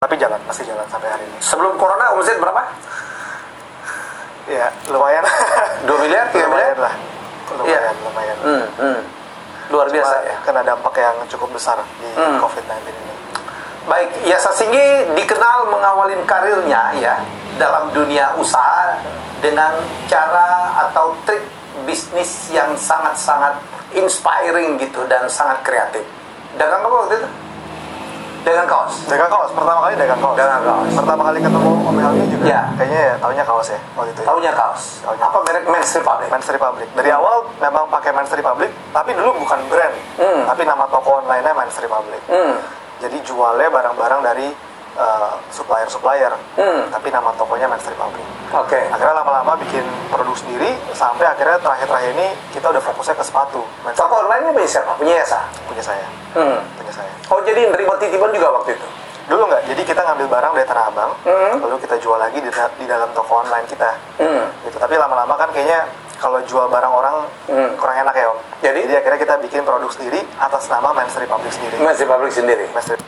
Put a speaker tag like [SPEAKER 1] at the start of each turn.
[SPEAKER 1] tapi jalan pasti jalan sampai hari ini
[SPEAKER 2] Sebelum corona omset berapa?
[SPEAKER 1] ya lumayan
[SPEAKER 2] 2 miliar, 3 miliar?
[SPEAKER 1] lumayan lah lumayan
[SPEAKER 2] Iya.
[SPEAKER 1] lumayan
[SPEAKER 2] Hmm, hmm. Luar biasa
[SPEAKER 1] Cuma
[SPEAKER 2] ya.
[SPEAKER 1] kena dampak yang cukup besar di
[SPEAKER 2] Hmm.
[SPEAKER 1] COVID-19 ini
[SPEAKER 2] Baik, Yasa Singgi dikenal mengawalin karirnya ya dalam dunia usaha dengan cara atau trik bisnis yang sangat-sangat inspiring gitu dan sangat kreatif. Dagang apa waktu itu? Dagang kaos.
[SPEAKER 1] dagang kaos pertama kali dagang kaos
[SPEAKER 2] Dagang kaos.
[SPEAKER 1] pertama kali ketemu Om Helmi juga
[SPEAKER 2] Iya.
[SPEAKER 1] kayaknya ya tahunya kaos ya waktu itu ya.
[SPEAKER 2] Taunya kaos.
[SPEAKER 1] Taunya.
[SPEAKER 2] Apa merek Men's Republic?
[SPEAKER 1] Men's Republic. Dari awal memang pakai Men's Republic, tapi dulu bukan brand,
[SPEAKER 2] Hmm.
[SPEAKER 1] tapi nama toko online-nya Men's Republic.
[SPEAKER 2] Hmm.
[SPEAKER 1] Jadi jualnya barang-barang dari eh, supplier-supplier,
[SPEAKER 2] Hmm.
[SPEAKER 1] tapi nama tokonya Men's Republic.
[SPEAKER 2] Oke.
[SPEAKER 1] Akhirnya lama-lama bikin produk sendiri, sampai akhirnya terakhir-terakhir ini kita udah fokusnya ke sepatu. Men's
[SPEAKER 2] Toko online-nya punya siapa? Punya Yasa.
[SPEAKER 1] punya saya,
[SPEAKER 2] Hmm.
[SPEAKER 1] punya saya.
[SPEAKER 2] Oh, jadi nerima titipan juga waktu itu.
[SPEAKER 1] Dulu nggak, jadi kita ngambil barang dari Tanah Abang,
[SPEAKER 2] Hmm.
[SPEAKER 1] lalu kita jual lagi di, di dalam toko online kita.
[SPEAKER 2] Hmm.
[SPEAKER 1] gitu tapi lama-lama kan kayaknya kalau jual barang orang
[SPEAKER 2] Hmm.
[SPEAKER 1] kurang enak ya om
[SPEAKER 2] Jadi?
[SPEAKER 1] akhirnya kita bikin produk sendiri atas nama Men's Republic sendiri
[SPEAKER 2] Mm. Men's Republic sendiri.
[SPEAKER 1] Men's Republic